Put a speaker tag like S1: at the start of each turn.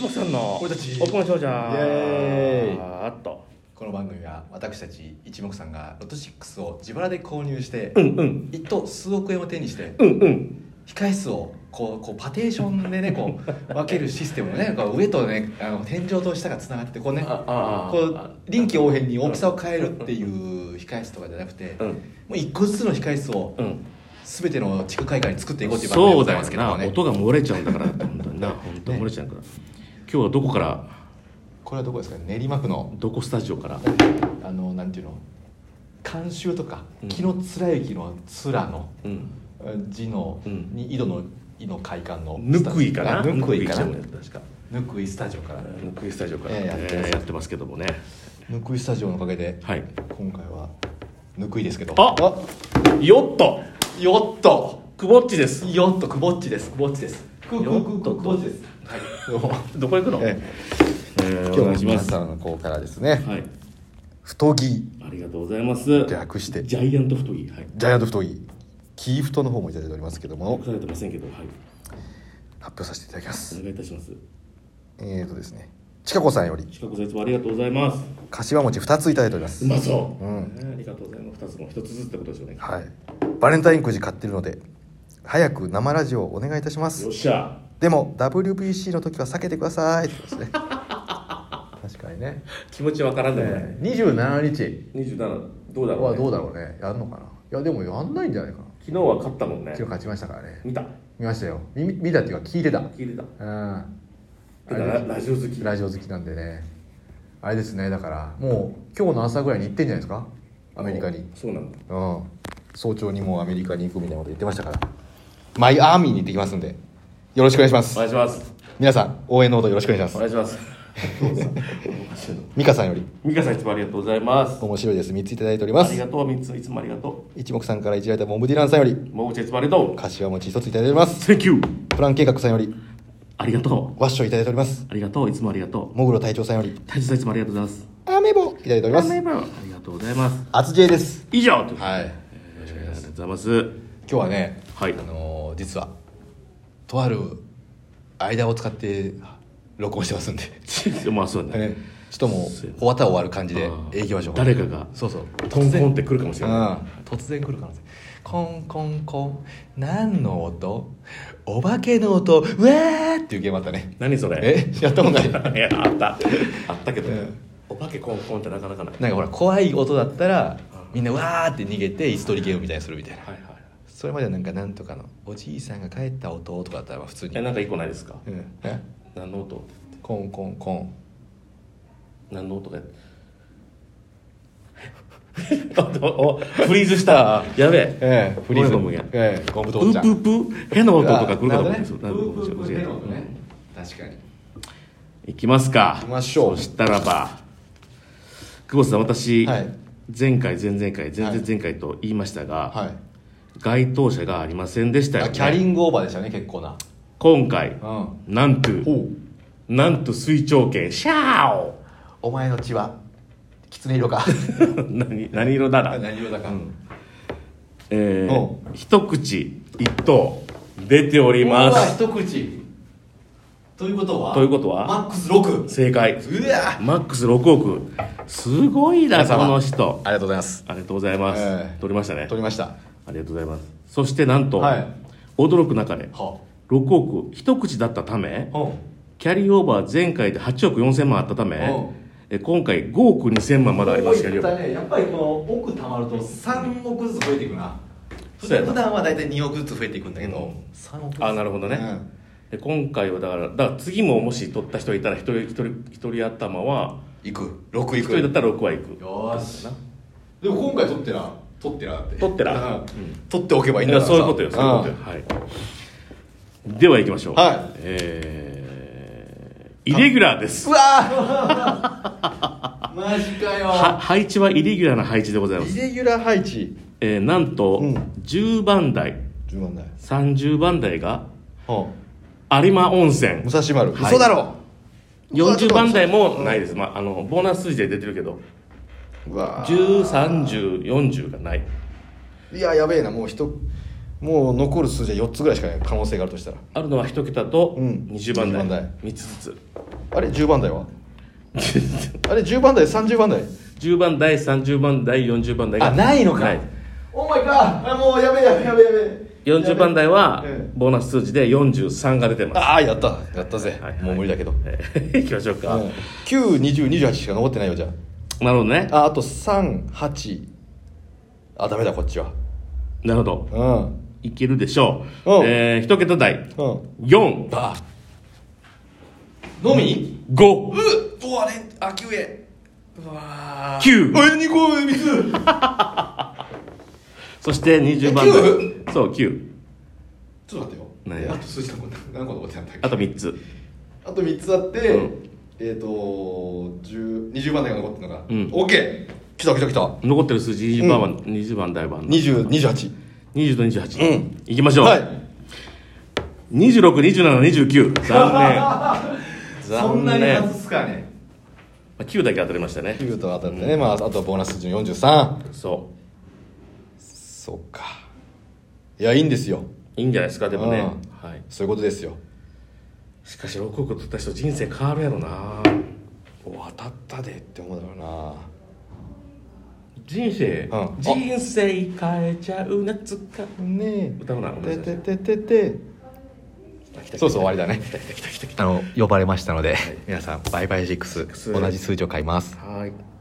S1: 本さんの
S2: 俺たち
S1: オープン少女
S2: イエーイ
S1: あっと
S2: この番組は私たち一目さんがロト6を自腹で購入して
S1: うんうん
S2: 一等数億円を手にして
S1: うんうん
S2: 控室をこうこうパテーションでねこう分けるシステムのねこう上とねあの天井と下がつながってこうね
S1: あああ
S2: こう臨機応変に大きさを変えるっていう控室とかじゃなくて
S1: う
S2: も
S1: ん
S2: う一個ずつの控室を
S1: うん
S2: 全ての地区会館に作っていこうっていう番組で
S3: そ
S2: ご
S3: う
S2: ざ
S3: だ
S2: い
S3: よ
S2: ますけど
S3: な、
S2: もね
S3: 音が漏れちゃうんだ からって本当にな本当に漏れちゃうから、今日はどこから
S2: これはどこですかね練馬区の
S3: どこスタジオから
S2: あのなんていうの監修とか
S3: うん
S2: 紀貫之の「貫」の
S3: うん
S2: 字の
S3: うん
S2: に井戸の「井」の会館の
S3: ぬくいかな
S2: あぬくい
S3: ぬくい
S2: かな
S3: ちゃうんだよ確か
S2: ぬくいスタジオから
S3: ぬくいスタジオから、
S2: ええや
S3: や
S2: っ
S3: ってて
S2: ます
S3: やってますけどもね
S2: ぬくいスタジオのおかげで
S3: はい
S2: 今回はぬくいですけど
S3: あよっと
S2: よっと
S3: くぼっちです
S2: よっとくぼっちですくぼっちですくく
S3: よっ
S2: く
S3: と
S2: くぼっちですはいどうも
S3: どこ行くの、
S2: え
S3: ええ
S2: 今
S3: お
S2: 日は
S3: 願いしま
S2: 皆
S3: す
S2: さんの方からですね
S3: はい
S2: 太着
S3: ありがとうございます
S2: 略して
S3: ジャイアント太いはい
S2: ジャイアント太着キーフトの方もいただいておりますけども
S3: 隠されてませんけどはい
S2: 発表させていただきま
S3: お
S2: す
S3: 願いいたします
S2: えーとですねちかこさんより
S3: 近くさんいつもありがとうございます
S2: 柏餅2ついただいておりま
S3: う
S2: す
S3: まそう、
S2: うん
S3: ねありがとうございます二つも一つずつってことですよね
S2: はいバレンタインくじ買ってるので早く生ラジオをお願いいたしま
S3: よ
S2: す
S3: っしゃ
S2: でも WBC の時は避けてくださいってことですね確かにね
S3: 気持ちわからんでもない、
S2: ね27日
S3: 27どうだろう、
S2: は
S3: ね、
S2: どうだろうねやるのかないやでもやんないんじゃないかな
S3: 昨日は勝ったもんね
S2: 今日勝ちましたからね
S3: 見た
S2: 見ましたよ見見たっていうか聞いてた
S3: 聞いてた
S2: うん
S3: ただララジオ好き
S2: ラジオ好きなんでねあれですねだからもう今日の朝ぐらいに行ってんじゃないですかアメリカに
S3: そうなんだ
S2: うん早朝にもうアメリカに行くみたいなこと言ってましたからマイアーミーに行ってきますんでよろしくお願いしま
S3: お
S2: す
S3: 願いします
S2: 皆さん応援のほどよろしくお願いし
S3: お
S2: ます
S3: 願いします
S2: 美香さんより
S3: 美香さんいつもありがとうございます
S2: 面白いです3ついただいておりま
S3: あり
S2: す
S3: がとうみついつもありがと
S2: 一目さんからいじられたモムディランさんより
S3: うもぐちゃんいつもありがとう
S2: 柏餅1ついただいております
S3: Thank you
S2: プラン計画さんより
S3: ありがとう
S2: ワッショイいただいております
S3: ありがとういつもありがと
S2: モグロ隊長さんより
S3: う大地さんいつもありがとうございます
S2: アメボいただいております
S3: ありがとうございます
S2: アツジェイです
S3: 以上ということで
S2: はい
S3: ありがとうございます
S2: 今日はね、
S3: はい
S2: あのー実はとある間を使って録音してますんで、
S3: まあそうだね
S2: ね、ちょっともう終わったら終わる感じでいきましょう
S3: 誰かが
S2: そうそう
S3: トンコンって来るかもし
S2: う
S3: れない
S2: ん突然来る可能性コンコンコン何の音お化けの音うわーっていうゲームあったね
S3: 何それ
S2: え やったことな い
S3: いやあった あったけど、
S2: うん
S3: お化けコンコンってなかなかない
S2: なんかほら怖い音だったらみんなわーって逃げて椅子取りゲームみたいにするみたいな
S3: はいはい
S2: それまではなんかなんとかのおじいさんが帰った音とかだったらまあ普通に、
S3: え
S2: うん、
S3: なんか一個ないですか
S2: え
S3: 何の音
S2: コンコンコン
S3: 何の音だよお おフリーズしたやべえ
S2: ええフリーズ
S3: ゴムゴムや
S2: ええゴム
S3: プ
S2: 父ちゃ
S3: ー
S2: ん
S3: プープーへの音とか来るかと思
S2: あ
S3: う
S2: なん
S3: で
S2: る
S3: すよ
S2: ほどねプープープーって音ね
S3: うん
S2: 確かに
S3: いきますか
S2: 行きましょう
S3: そしたらば久保田さん私、
S2: はい
S3: 前回前々回前
S2: は
S3: 々
S2: い
S3: 前回と言いましたが、
S2: はい
S3: 該当者がありませんでしたよ、
S2: あ
S3: ね、
S2: キャリングオーバーでしたね結構な
S3: 今回
S2: う、ん
S3: なんと
S2: ほう
S3: なんと水長剣シャオ
S2: お前の血は狐色か
S3: 何何色だな
S2: 何色だか、
S3: え
S2: お
S3: ー、一口一頭出ております
S2: ここは一口ということは
S3: ということは
S2: マックス6
S3: 正解
S2: うわ
S3: マックス6億すごいな
S2: 皆
S3: こ
S2: 様
S3: の人
S2: ありがとうございます
S3: ありがとうございます、
S2: えー
S3: 取りましたね
S2: 取りました
S3: ありがとうございますそしてなんと、
S2: はい
S3: 驚く中で
S2: は
S3: 6億一口だったため
S2: あうん
S3: キャリーオーバー前回で8億4000万あったため
S2: お
S3: え今回5億2000万まだありますキャリーオーバー
S2: ねやっぱりこの奥たまると3億ずつ増えていくな
S3: そうやな
S2: 普段は大体2億ずつ増えていくんだけど、
S3: うん
S2: 3億ずつ
S3: あなるほどね、
S2: うん
S3: で今回はだからだから次ももし取った人がいたら一人一人一人頭は
S2: 行く6
S3: 一
S2: 行く
S3: 人だったら6は行く
S2: よーしでも今回取ってら取ってらって
S3: 取ってら
S2: うん取っておけばいいん
S3: い
S2: だ
S3: や
S2: から
S3: そういうことよそういうことよ、はい、では行きましょう
S2: はい
S3: えーイレギュラーです
S2: うわー マジかよ
S3: は配置はイレギュラーな配置でございます、
S2: イレギュラー配置
S3: えーなんと、
S2: うん
S3: 10番台
S2: 10番台
S3: 30番台が
S2: は
S3: 有馬温
S2: あ
S3: 泉
S2: 武蔵丸、
S3: はい
S2: 嘘だろ
S3: 40番台もない
S2: で
S3: です、まあ、あのボーナス数字で出てるけど
S2: うわー
S3: 103040がない
S2: いややべえなもう人もう残る数字は4つぐらいしかない可能性があるとしたら
S3: あるのは一桁と
S2: うん
S3: 20番台,、
S2: 20番台
S3: 3つずつ
S2: あれ10番台は あれ10番台30番台
S3: 10番台30番台40番台が
S2: あないのか
S3: ない
S2: お前かあもうやべえやべえやべえやべえ
S3: 40番台は
S2: ええ
S3: ボーナス数字で43が出て ます
S2: ああやったやったぜ、
S3: はいはい
S2: もう無理だけど、
S3: えーいきましょうか、
S2: うん、92028しか残ってないよじゃ
S3: なるほどね
S2: あああと38あダメだこっちは
S3: なるほど
S2: うん
S3: いけるでしょう
S2: うん
S3: えー、一桁台
S2: うん
S3: 4
S2: あのみ
S3: 5
S2: ううわれあ9円うわ
S3: 九
S2: え二個上水
S3: そして20番
S2: え
S3: 台そう9
S2: ちょっと待ってよ
S3: 何や
S2: あと数字残って何個残ってたんだっけ
S3: あと3つ
S2: あと3つあって、
S3: うん
S2: えっ、ー、と10 20番台が残ってるのが、
S3: うん
S2: OK 来た来た来た
S3: 残ってる数字20番は、20番台番
S2: 20 28
S3: 20と28、
S2: うん
S3: いきましょう、
S2: はい
S3: 262729残
S2: そんな
S3: 残
S2: に
S3: 念
S2: 外すかね
S3: 念9だけ当たりましたね
S2: 9と当たってね、まあ、あとはボーナス数字の43
S3: そ
S2: そうかいやいいんですよ
S3: ういいんじゃないですかでもね、
S2: う
S3: はい、
S2: そういうことですよ
S3: しかし6億取った人人生変わるやろな
S2: お当たったでって思うだろうな
S3: 人生、
S2: うんあ
S3: 人生変えちゃう夏か
S2: ね
S3: 歌うなごめ
S2: え
S3: んなさ
S2: て
S3: い
S2: ててててそうそう終わりだねあの呼ばれましたので、皆さんバイバイシックス
S3: ス
S2: 同じ数字を買います
S3: はい